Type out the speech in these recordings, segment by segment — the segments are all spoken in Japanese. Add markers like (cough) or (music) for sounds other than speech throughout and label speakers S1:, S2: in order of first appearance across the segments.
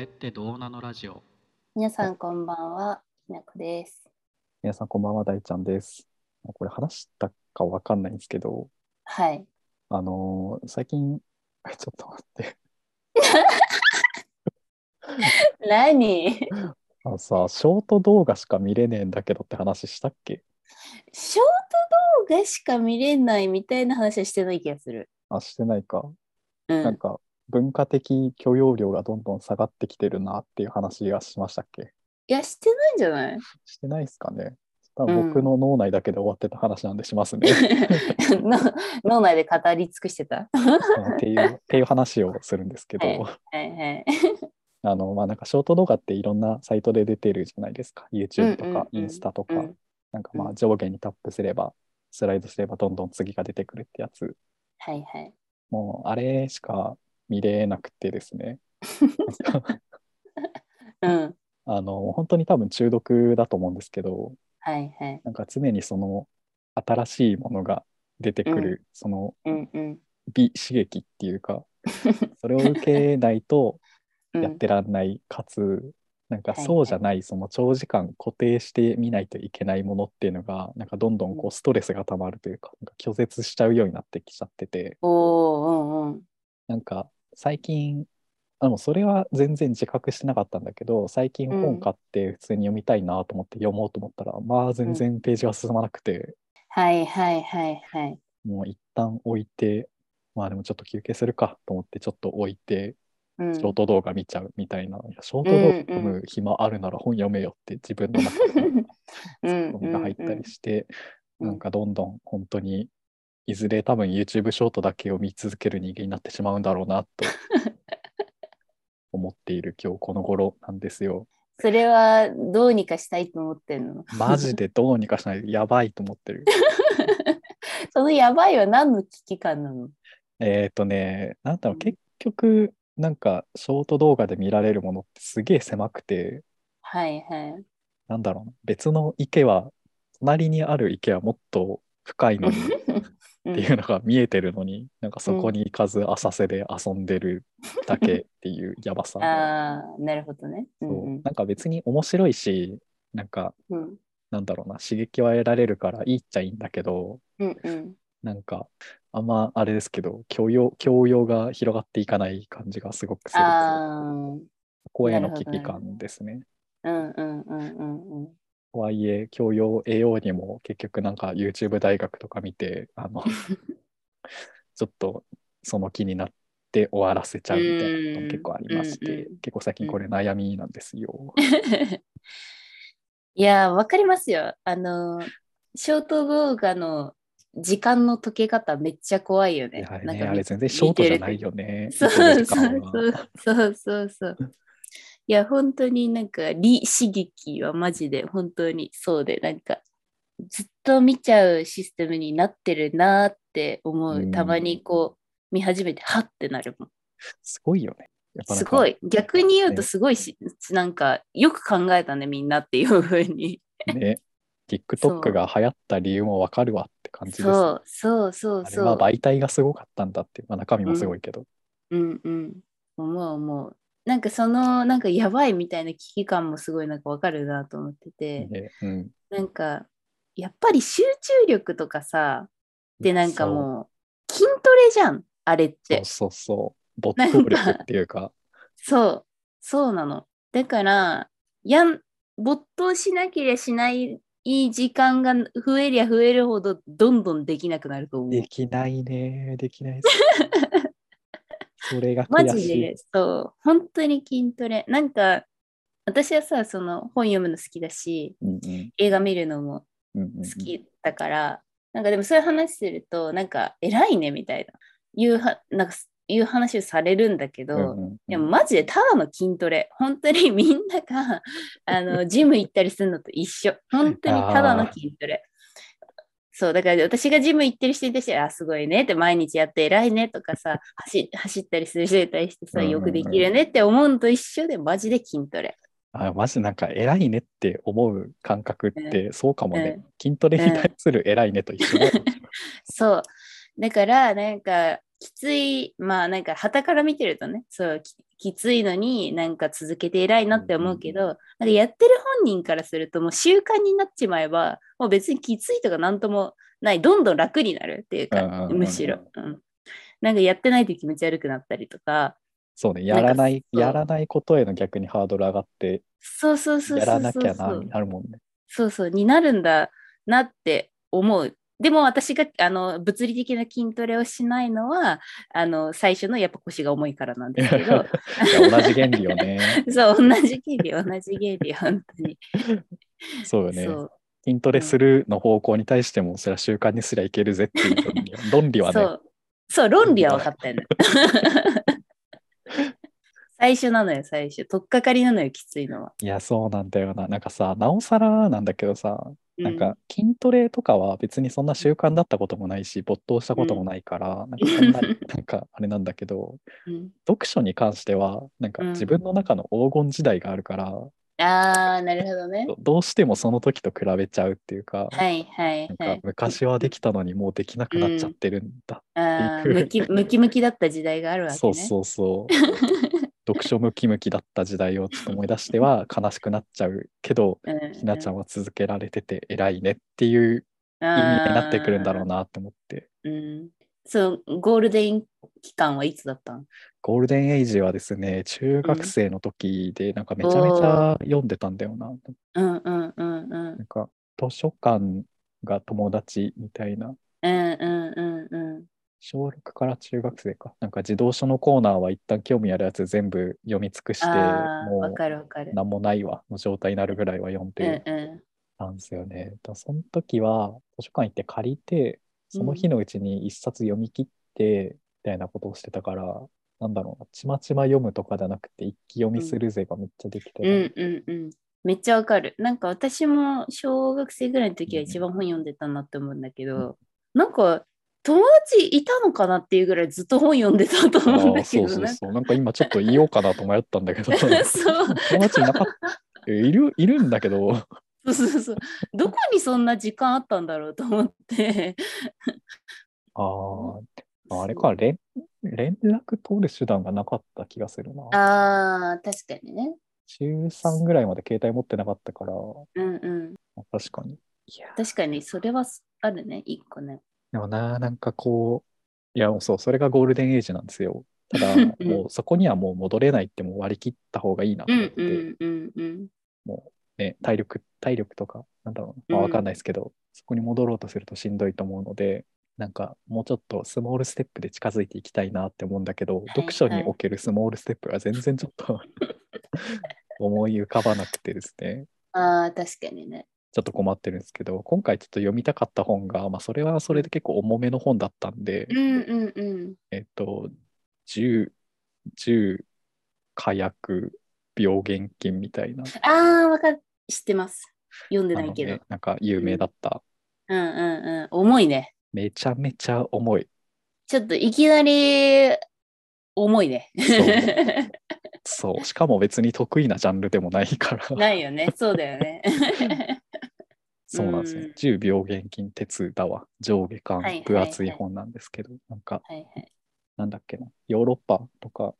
S1: ってどうなのラジオ
S2: 皆さんこんばんは、ひなこです。
S3: 皆さんこんばんは、大ちゃんです。これ話したかわかんないんですけど、
S2: はい。
S3: あのー最近、 (laughs) ちょっと待って、
S2: 何
S3: あのさ、ショート動画しか見れねえんだけどって話したっけ
S2: ショート動画しか見れないみたいな話はしてない気がする。
S3: あ、してないか。
S2: う
S3: なん
S2: ん。
S3: か、文化的許容量がどんどん下がってきてるなっていう話がしましたっけ
S2: いや、してないんじゃ
S3: (laughs)
S2: ない
S3: してないですかね。多分僕の脳内だけで終わってた話なんでしますね。
S2: (laughs) の脳内で語り尽くしてた。
S3: あっていう、っていう話をするんですけど。
S2: はいはい。
S3: あのまあ、なんかショート動画っていろんなサイトで出てるじゃないですか。YouTube と
S2: うんうん
S3: か
S2: うん
S3: インスタとか、
S2: うん
S3: なんか
S2: う
S3: まあ上下にタップすれば、スライドすればどんどん次が出てくるってやつ。
S2: はいはい。
S3: もうあれしか見れなくてですね。
S2: うん。
S3: あの本当に多分中毒だと思うんですけど、
S2: はいはい。
S3: なんか常にその新しいものが出てくる、その
S2: うんうん。
S3: 美刺激ってい
S2: (laughs)
S3: うか、それを受けないと
S2: うん
S3: やってらんない、かつなんか
S2: はいはい
S3: そうじゃないその長時間固定してみないといけないものっていうのがなんかどんどんこ
S2: うん
S3: うストレスがたまるというかなんか拒絶しちゃうようになってきちゃってて
S2: おー、うんうん。
S3: なんか最近あのそれは全然自覚してなかったんだけど最近
S2: うん
S3: 本買って普通に読みたいなと思って読もうと思ったら、まあ全然ページが進まなくて、
S2: はいはいはいはい。
S3: もう一旦置いてまあでもちょっと休憩するかと思ってちょっと置いて
S2: うん
S3: シ
S2: (laughs)
S3: ョート動画見ちゃうみたいな、いやショート動画読
S2: うんう
S3: む暇あるなら本読めよって自分の中でツッコミが入ったりして、
S2: うん
S3: なんかどんどん本当にいずれ多分 YouTube ショートだけを見続ける人間になってしまうんだろ
S2: (laughs)
S3: うなと思っている今日この頃なんで
S2: (laughs)
S3: すよ。
S2: それはどうにかしたいと思ってんの
S3: マジでどうにかしないとやばいと思ってる。
S2: そのやばいは何の危機感なの
S3: えっとねなんだろ
S2: う
S3: うん結局なんかショート動画で見られるものってすげえ狭くて。
S2: はいはい。
S3: なんだろうな別の池は隣にある池はもっと深いのにっていうのが見えてるのに、なんかそこに行かず浅瀬で遊んでるだけっていうやばさ
S2: うん、 (laughs) ああ、なるほどね。うん
S3: そう
S2: うん
S3: なんか別に面白いしなんか
S2: うん
S3: なんだろうな刺激は得られるからいいっちゃいいんだけど
S2: うんうん
S3: なんかあんまあれですけど教養教養が広がっていかない感じがすごくする
S2: あ
S3: 公園の
S2: なる
S3: 危
S2: ほど
S3: 機感ですね。
S2: あ、うんうんうんうんうん。
S3: とはいえ教養を得ようにも結局なんか YouTube 大学とか見てあ
S2: (laughs)
S3: のちょっとその気になって終わらせちゃうみたいなことも結構ありまし
S2: うんうん
S3: て
S2: うん
S3: 結構最近これ悩みなんで
S2: (laughs)
S3: すよ。
S2: いやー、わかりますよ。あのー、ショート動画の時間の解け方めっちゃ怖いよ
S3: い
S2: ね。
S3: やあれ
S2: なん
S3: ね
S2: か
S3: あ
S2: 見
S3: れ全然ショートじゃない。よね
S2: 見。てるそうそうそうそうそうそう。いや、本当になんか、理刺激はマジで本当にそうで、なんか、ずっと見ちゃうシステムになってるなーって思
S3: う
S2: う。
S3: ん
S2: たまにこう、見始めて、はってなるもん。
S3: すごいよね。やっぱなん
S2: す
S3: か
S2: ごい。逆に言うと
S3: ね
S2: すごいし、なんか、よく考えたね、みんなっていうふうに。
S3: ね TikTok が流行った理由もわかるわって感じです。
S2: そうそうそう
S3: あれ
S2: そう。
S3: は媒体がすごかったんだっていう、まあ、中身もすごいけど、
S2: うんうん。思う思う。なんかその、なんかやばいみたいな危機感もすごいなんかわかるなと思ってて、
S3: ねうん、
S2: なんか、やっぱり集中力とかさ、でなんかもう、筋トレじゃん、あれっ
S3: そ
S2: て
S3: う。そうそう没頭力ってい
S2: (laughs)
S3: うか
S2: そう、そうなの。だから、やん、没頭しなければしない時間が増えりゃ増えるほど、どんどんできなくなると思う
S3: で。きないね、
S2: (laughs)
S3: できないです。それが
S2: マ
S3: 悔
S2: ジ
S3: しい
S2: で。、そう、本当に筋トレ。なんか、私はさ、その本読むの好きだし、
S3: うんうん
S2: 映画見るのも
S3: うんうんうん
S2: 好きだから、なんかでもそういう話すると、なんか偉いねみたいな、いうは、なんか、いう話をされるんだけど、
S3: うんうんうん
S2: でもマジでただの筋トレ。本当にみんなが
S3: (laughs)
S2: あのジム行ったりするのと一緒。本当にただの筋トレ。そうだから私がジム行ってる人に対して、あ、すごいねって毎日やって偉いねとかさ、走走ったりする人に対してさ、
S3: うんうんうん
S2: よくできるねって思うのと一緒でマジで筋トレ。
S3: あマジなんか偉いねって思う感覚ってそうかもね。
S2: う
S3: 筋トレに対する偉いねと一緒だよ。
S2: そう。だからなんかきつい、まあなんか、傍から見てるとね、そうき、きついのになんか続けて偉いなって思うけど、
S3: うん
S2: なんかやってる本人からするともう習慣になっちまえば、もう別にきついとかなんともない、どんどん楽になるっていう
S3: うんうん
S2: か
S3: う、んうん
S2: むしろ、うん。なんかやってないと気持ち悪くなったりとか、
S3: そうね、やらない
S2: そう
S3: やらないことへの逆にハードル上がって、
S2: そうそうそうそうそう。
S3: やらなきゃな、になるもんね。
S2: そうそうになるんだなって思う。でも私があの物理的な筋トレをしないのはあの最初のやっぱ腰が重いからなんですけ
S3: (laughs)
S2: ど
S3: いや同じ原理
S2: (laughs)
S3: よね。
S2: そう同じ原理同じ原理本当に、
S3: そうよね
S2: そう
S3: 筋トレするの方向に対しても、それは習慣にすりゃいけるぜっていう論理論理は
S2: そ
S3: ね、
S2: うそう論理は分かったよ
S3: (laughs)
S2: ね最初なのよ最初取っかかりなのよきついのは、
S3: いや、そうなんだよな。なんかさ、なおさらなんだけどさ、
S2: う
S3: なんか筋トレとかは別にそんな習慣だったこともないし、没頭したこともないから、なんかそ
S2: (laughs)
S3: んな、なんかあれなんだけど、
S2: うん
S3: 読書に関しては、なんか
S2: うん
S3: 自分の中の黄金時代があるから、
S2: ああなるほどね
S3: どどうしてもその時と比べちゃうっていうか、
S2: はいはい
S3: なん
S2: は
S3: か
S2: い
S3: 昔はできたのにもうできなくなっちゃってるんだ。
S2: あ
S3: って
S2: ー
S3: いう
S2: ムキムキムキだった時代があるわけね
S3: そうそうそう。読書ムキムキだった時代をちょっと思い出しては悲しくなっちゃうけど、
S2: うんうん
S3: ひなちゃんは続けられてて偉いねっていう意味になってくるんだろうなって思って。
S2: うんそう、ゴールデン期間はいつだったん
S3: ゴールデンエイジはですね、中学生の時でなんかめちゃめちゃ読んでたんだよな。
S2: うんうんうんうん。
S3: なんか図書館が友達みたいな。
S2: うんうんうんうん。
S3: 小6から中学生か。なんか自動書のコーナーは一旦興味あるやつ全部読み尽くして、
S2: ああ、
S3: も
S2: わ
S3: う
S2: かるわかる。
S3: 何もないわの状態になるぐらいは読
S2: う
S3: ん
S2: ん
S3: で
S2: う
S3: たんですよね。だからその時は図書館行って借りて、その日のうちに一冊読み切ってみたいなことをしてたから、なんだろうな、ちまちま読むとかじゃなくて、一気読みするぜがめっちゃできて
S2: ん。うんうんうん。めっちゃわかる。なんか私も小学生ぐらいの時は一番本読んでたなって思うんだけど、なんか友達いたのかなっていうぐらいずっと本読んでたと
S3: たあ
S2: (laughs) 思うんだ
S3: ー
S2: け
S3: そ
S2: ど
S3: うそう
S2: なんか
S3: そう。なんか今ちょっと言おうかなと迷ったんだけど、
S2: (laughs) そう
S3: 友達いなかった。いる、いるんだ
S2: (laughs)
S3: けど、
S2: そうそうそう。どこにそんな時間あったんだろうと思って。
S3: あー (laughs) あれか、連連絡取る手段がなかった気がするな。
S2: ああ、確かにね。
S3: 中3ぐらいまで携帯持ってなかったから、
S2: うんうん。
S3: 確かに。いや、
S2: 確かに、それはすあるね、一個ね。
S3: でもな、なんかこう、いや、もうそう、それがゴールデンエイジなんですよ。ただ、
S2: うん
S3: もうそこにはもう戻れないってもう割り切った方がいいなと
S2: う
S3: 思っ
S2: ん
S3: てて、
S2: うんうんうん。
S3: ね、体力、体力とか、なんだろうな、まあ、
S2: うん
S3: わかんないですけど、そこに戻ろうとするとしんどいと思うので、なんかもうちょっとスモールステップで近づいていきたいなって思うんだけど、読書におけるスモールステップが全然ちょっと
S2: (laughs)
S3: 思い浮かばなくてですね、
S2: ああ、確かにね。
S3: ちょっと困ってるんですけど、今回ちょっと読みたかった本が、まあ、それはそれで結構重めの本だったんで、
S2: うんうんうん。
S3: えっと、銃、銃、火薬、病原菌みたいな、
S2: ああ、わかっ知ってます。読んで
S3: あ
S2: な
S3: の
S2: いけど。
S3: ね、なんか有名だった
S2: うんうんうん。重いね。
S3: めちゃめちゃ重い。
S2: ちょっといきなり重いね。
S3: そう。しかも別に得意なジャンルでもないから。
S2: (laughs) ないよね。そうだよね。 (laughs)
S3: そうなんですよ
S2: うん。
S3: 10病原菌鉄だわ。上下
S2: はいはいは
S3: 巻
S2: い、
S3: 分厚い本なんですけど、なんか、
S2: はいはい。
S3: なんだっけな、ヨーロッパとか、
S2: うん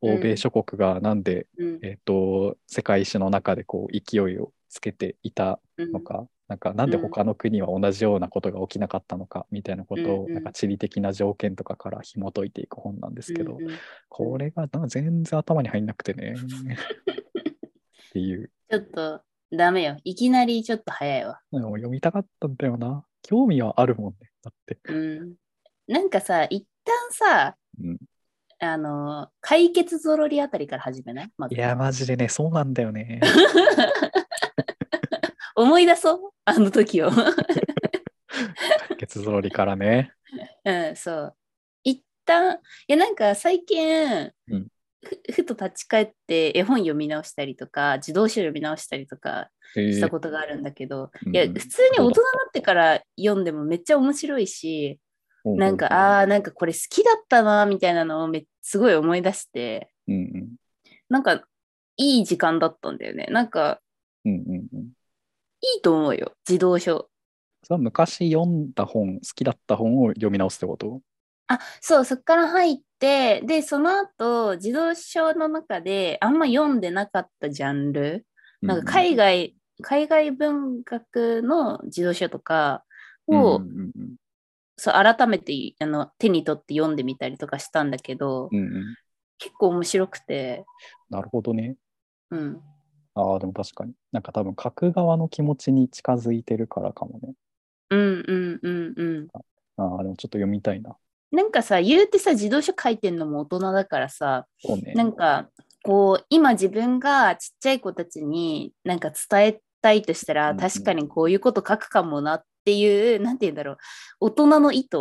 S3: 欧米諸国がなんで、
S2: うん
S3: えっ、と、世界史の中でこう、勢いをつけていた
S2: うん
S3: のか、なんか、なんで他の国は同じようなことが起きなかったのか、みたいなことを、
S2: うんうん
S3: なんか、地理的な条件とかから紐解いていく本なんですけど、
S2: うんうん
S3: これがなんか全然頭に入んなくてね。っていう。
S2: ちょっとダメよ。いきなりちょっと早いわ。
S3: でも読みたかったんだよな。興味はあるもんね。だって。
S2: うん。なんかさ、一旦さ、
S3: うん
S2: あの、解決ぞろりあたりから始めない、まず
S3: いや、マジでね、そうなんだ
S2: (laughs)
S3: よね。
S2: 思い出そう (laughs) あの時を。
S3: 月ぞろりからね。
S2: うん、そう。一旦、いや、なんか最近、
S3: うん
S2: ふふと立ち返って絵本読み直したりとか、自動書読み直したりとか
S3: え
S2: したことがあるんだけど、
S3: うん
S2: いや、普通に大人になってから読んでもめっちゃ面白いし、なんか、ああー、なんかこれ好きだったな、みたいなのをめすごい思い出して、
S3: うんうん
S2: なんか、いい時間だったんだよね。なんか、
S3: うんうんうん。
S2: いいと思うよ、自動書。
S3: それは昔読んだ本、好きだった本を読み直すってこと
S2: あ、そう、そっから入って、で、その後、自動書の中であんま読んでなかったジャンル、なんか海外、海外文学の自動書とかを、
S3: うんうん
S2: そう改めてあの手に取って読んでみたりとかしたんだけど、
S3: うんうんうん
S2: 結構面白くて、
S3: なるほどね。
S2: うん、
S3: ああ、でも確かに。なんか多分、書く側の気持ちに近づいてるからかもね。
S2: うんうんうんうん。
S3: ああ、でもちょっと読みたいな。
S2: なんかさ、言うてさ、自動書書いてんのも大人だからさ、
S3: そうね。
S2: なんかこう今自分がちっちゃい子たちになんか伝えたいとした
S3: う
S2: ら
S3: んうん
S2: 確かにこういうこと書くかもなっていう (laughs) 何て言うんだろう大人の意図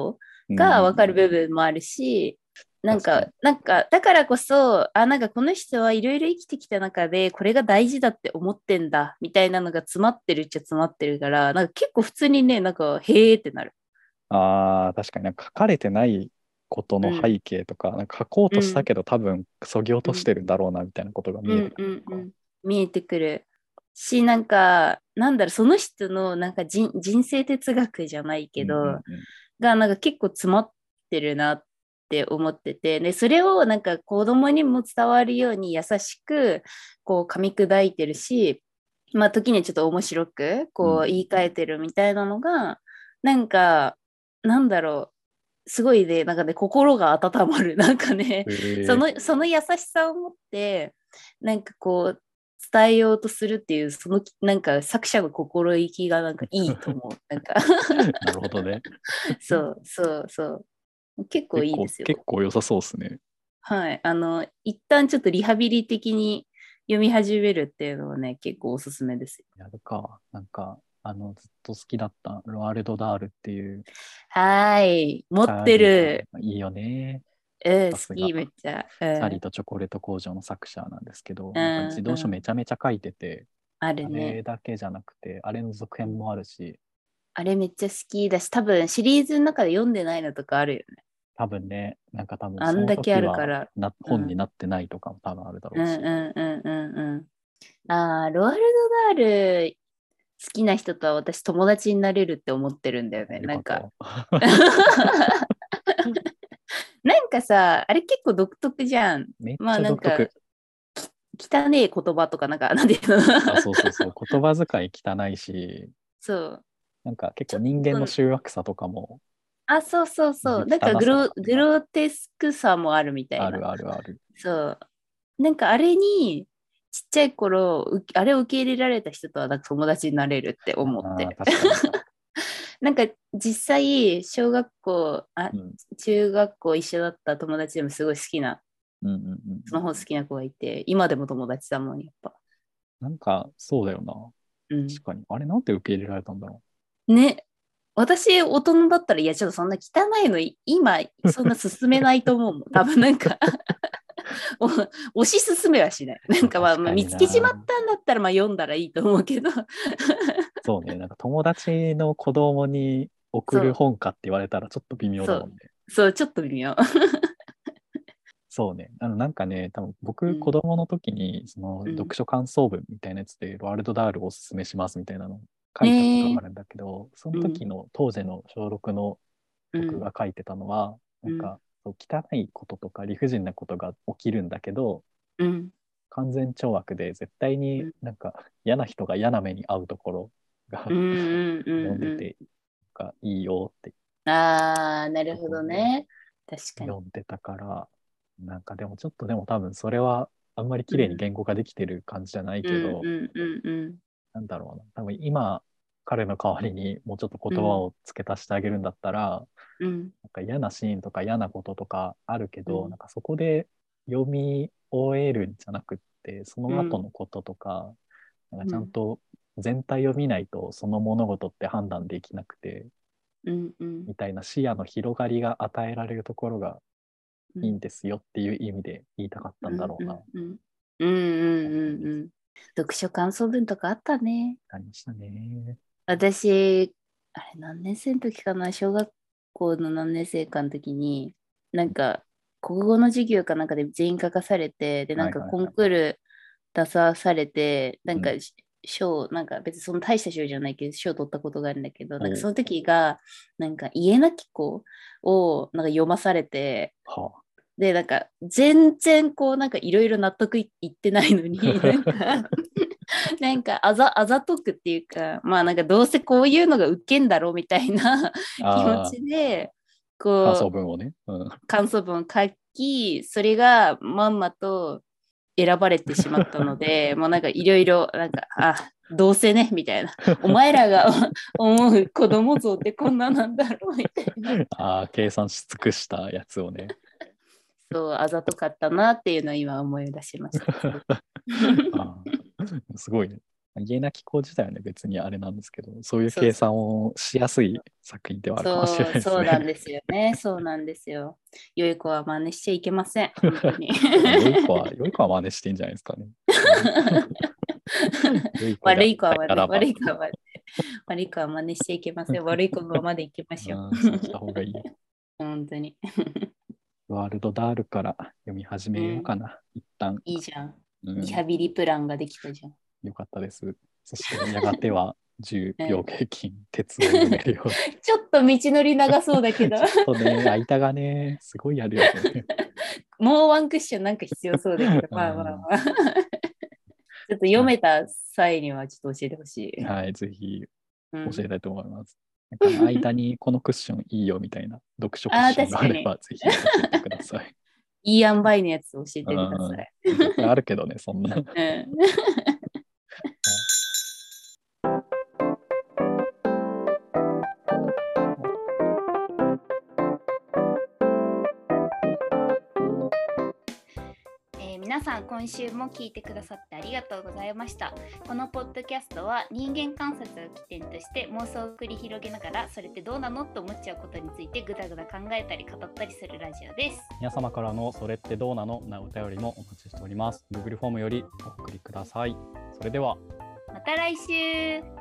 S2: が分かる部分もあるし、なん
S3: 確
S2: かなんかだからこそあなんかこの人はいろいろ生きてきた中でこれが大事だって思ってんだみたいなのが詰まってるっちゃ詰まってるからなんか結構普通にねなんかへーってなる。
S3: うん。ああ、確かになんか書かれてないことの背景とか、なんか書こうとしたけど、多分、そぎ落としてるんだろうな、みたいなことが見える。
S2: うんうんうん、見えてくるしなんかなんだろうその人のなんか人人生哲学じゃないけど、
S3: うんうんうん
S2: (laughs) がなんか結構詰まってるなって思っててでそれをなんか子供にも伝わるように優しくこう噛み砕いてるし、まあ、時にちょっと面白くこ
S3: う
S2: うん言い換えてるみたいなのが、なんかなんだろうすごいねなんかね心が温まるなんかね
S3: へえ
S2: そのその優しさを持ってなんかこう伝えようとするっていうそのなんか作者の心意気がなんかいいと思う
S3: (laughs)
S2: なんか
S3: (laughs) なるほどね。
S2: そうそうそう結構いいですよ
S3: 結構結構良さそうですね。
S2: はいあの一旦ちょっとリハビリ的に読み始めるっていうのはね結構おすすめですよ
S3: やるか。なんか、あの、ずっと好きだったロアルド・ダールっていう。
S2: はーい持ってる。
S3: いいよね。
S2: うん
S3: さ
S2: 好
S3: すが
S2: きめっちゃ、う
S3: サリー
S2: ん、
S3: とチョコレート工場の作者なんですけど、
S2: ん
S3: なんか自動書
S2: うん
S3: めちゃめちゃ書いてて、
S2: あ
S3: あ
S2: るね
S3: れだけじゃなくて、あれの続編もあるし、
S2: あれめっちゃ好きだし多分シリーズの中で読んでないのとかあるよね
S3: 多分ね、なんか多分
S2: あんだけあるから
S3: その時はな本になってないとかも多分あるだ
S2: う
S3: ろ
S2: ん
S3: う
S2: う
S3: し。
S2: んうんうんうん。ああ、ロアルド・ダール好きな人とは私友達になれるって思ってるんだよね。なんか。 (laughs) なんかさ、あれ結構独特じゃん。
S3: めっち
S2: まあ
S3: ゃ
S2: なん
S3: 独
S2: か
S3: 特。
S2: 汚ねえ言葉とかなんか、なんていうの
S3: (laughs) あそうそうそう。言葉遣い汚いし、
S2: そう。
S3: なんか結構人間の醜悪さとかも
S2: あ、そうそうそう。なんかグログロテスクさもあるみたいな。
S3: あるあるある。
S2: そう。なんかあれに、ちっちゃい頃、うあれを受け入れられた人とはなんか友達になれるって思ってる
S3: あ。ー
S2: (laughs)
S3: 確か
S2: なんか実際、小学校、あ
S3: にうん
S2: 中学校一緒だった友達でもすごい好きな、
S3: うんうんうん
S2: その本好きな子がいて、今でも友達だもん、やっぱ。
S3: なんかそうだよな。
S2: うん、
S3: 確かに。あれなんて受け入れられたんだろ
S2: ね、私、大人だったら、いや、ちょっとそんな汚いの、い今、そんな進めないと思う
S3: (laughs)
S2: もん。多分なんかお、押し進めはしない。なんかまあ、
S3: 確
S2: ま
S3: か
S2: あ
S3: に
S2: 見
S3: な
S2: つけちまったんだったら、まあ読んだらいいと思うけど、
S3: う。そうね。なんか友達の子供に送
S2: そ
S3: る
S2: う
S3: 本かって言われたらちょっと微妙だもんね。
S2: そう、ちょっと微妙。
S3: そうね。あのなんかね、多分
S2: う
S3: 僕
S2: ん
S3: 子供の時にその
S2: うん
S3: 読書感想文みたいなやつでロアルド・ダールをおすすめしますみたいなの書いたことがあるんだけど、その時の当時の小6
S2: うん
S3: の僕が書いてたのは、
S2: うん
S3: なんかそう汚いこととか理不尽なことが起きるんだけど、
S2: うん、
S3: 完全懲悪で絶対に
S2: うん
S3: なんか嫌な人が嫌な目に遭うところが
S2: うん、うん、うん
S3: 読んで
S2: う
S3: てなんかいいよって
S2: ん。ああ、なるほどね。確かに。
S3: 読んでたからなんかでもちょっとでも多分それはあんまり綺麗に言語化できてる感じじゃないけど、
S2: うん、うん、うん、うん。
S3: なんだろうな多分今彼の代わりにもうちょっと言葉を付け足してあげるんだったら、
S2: うん、
S3: なんか嫌なシーンとか嫌なこととかあるけど、
S2: うん
S3: なんかそこで読み終えるんじゃなくってその後のこととか,、なんかちゃんと全体を見ないとその物事って判断できなくて
S2: うん、うん
S3: み。たいな視野の広がりが与えられるところがいいんですよっていう意味で言いたかったんだろうな。
S2: うんうんうんうんうん。読書感想文とかあったね。
S3: ありましたね。
S2: 私、あれ何年生の時かな小学校の何年生かの時に、なんか国語の授業かなんかで全員書かされて、で、なんか
S3: はいはい
S2: コ
S3: はい
S2: ンクール出さされて、なん
S3: う
S2: かし賞、なんか別にその大した賞じゃないけど、賞取ったことがあるんだけど、
S3: ん
S2: なんかその時が、なんか家なき子をなんか読まされて、
S3: はあ
S2: で、なんか全然こう、なんかいろいろ納得いいってないの
S3: (laughs)
S2: に、なんか、 (laughs) なんかあざ、あざとくっていうか、まあなんかどうせこういうのがウケんだろうみたいな気
S3: あ
S2: 持
S3: ー
S2: ちで、
S3: 感
S2: こ
S3: 想
S2: う、
S3: 文をね。
S2: (laughs)
S3: うん、
S2: 感想文を書き、それがまんまと選ばれてしまったの
S3: (laughs)
S2: で、もうなんかいろいろ、なんか、あ、どうせね、みたいな。お前らが (laughs) 思う子供像ってこんななんだろう、みたいな。
S3: ああ、計算し尽くしたやつを
S2: (laughs)
S3: ね。
S2: そう、あざとかったなっていうのを今思い出しました。
S3: あーすごいね。家なき子自体はね、別にあれなんですけど、そういう
S2: そうそう
S3: 計算をしやすい作品ではあるかもしれな
S2: そう、
S3: いですね。
S2: そうなんですよね。 (laughs) そうなんですよ。良い子は真似しちゃいけませ
S3: (laughs)
S2: ん。本当に
S3: 良い子
S2: (laughs)
S3: は、良い子は真似していいんじゃないですかね。良い子が
S2: 悪い子は
S3: や
S2: 真
S3: った
S2: 似、
S3: らば
S2: 悪い子は真似。悪い子は真似しちゃいけません。悪い子のままでいきましょう
S3: うん。そうした方がいいよ。
S2: 本当に。
S3: ワールドダールから読み始めようかな、一旦、
S2: いいじゃん。
S3: うん
S2: リハビリプランができたじゃん。
S3: よかったです。そしてやが
S4: (laughs)
S3: ては10秒平均、鉄を埋めるように。
S2: ちょっと道のり長そうだ
S3: (laughs)
S2: けど、
S3: ちょっとね、間がね、すごいやるよね。
S2: もうワンクッションなんか必要そうだけど、まあまあま (laughs) あ。ちょっと読めた際にはちょっと教えてほ
S4: (laughs)
S2: しい。
S3: はい、ぜひ
S2: うん
S3: 教えたいと思います。なんか間にこのクッションいいよみたいな読書クッションがあればぜひ教えてく
S4: (laughs)
S3: ださい。
S2: いい塩梅のやつ教えてください。
S3: いっぱいあるけどね、そんな。
S2: うん
S1: えー皆さん今週も聞いてくださってありがとうございましたこのポッドキャストは人間観察を起点として妄想を繰り広げながらそれってどうなのと思っちゃうことについてぐだぐだ考えたり語ったりするラジオです
S4: 皆様からのそれってどうなのなお便りもお待ちしております。Google フォームよりお送りください。それでは。
S1: また来週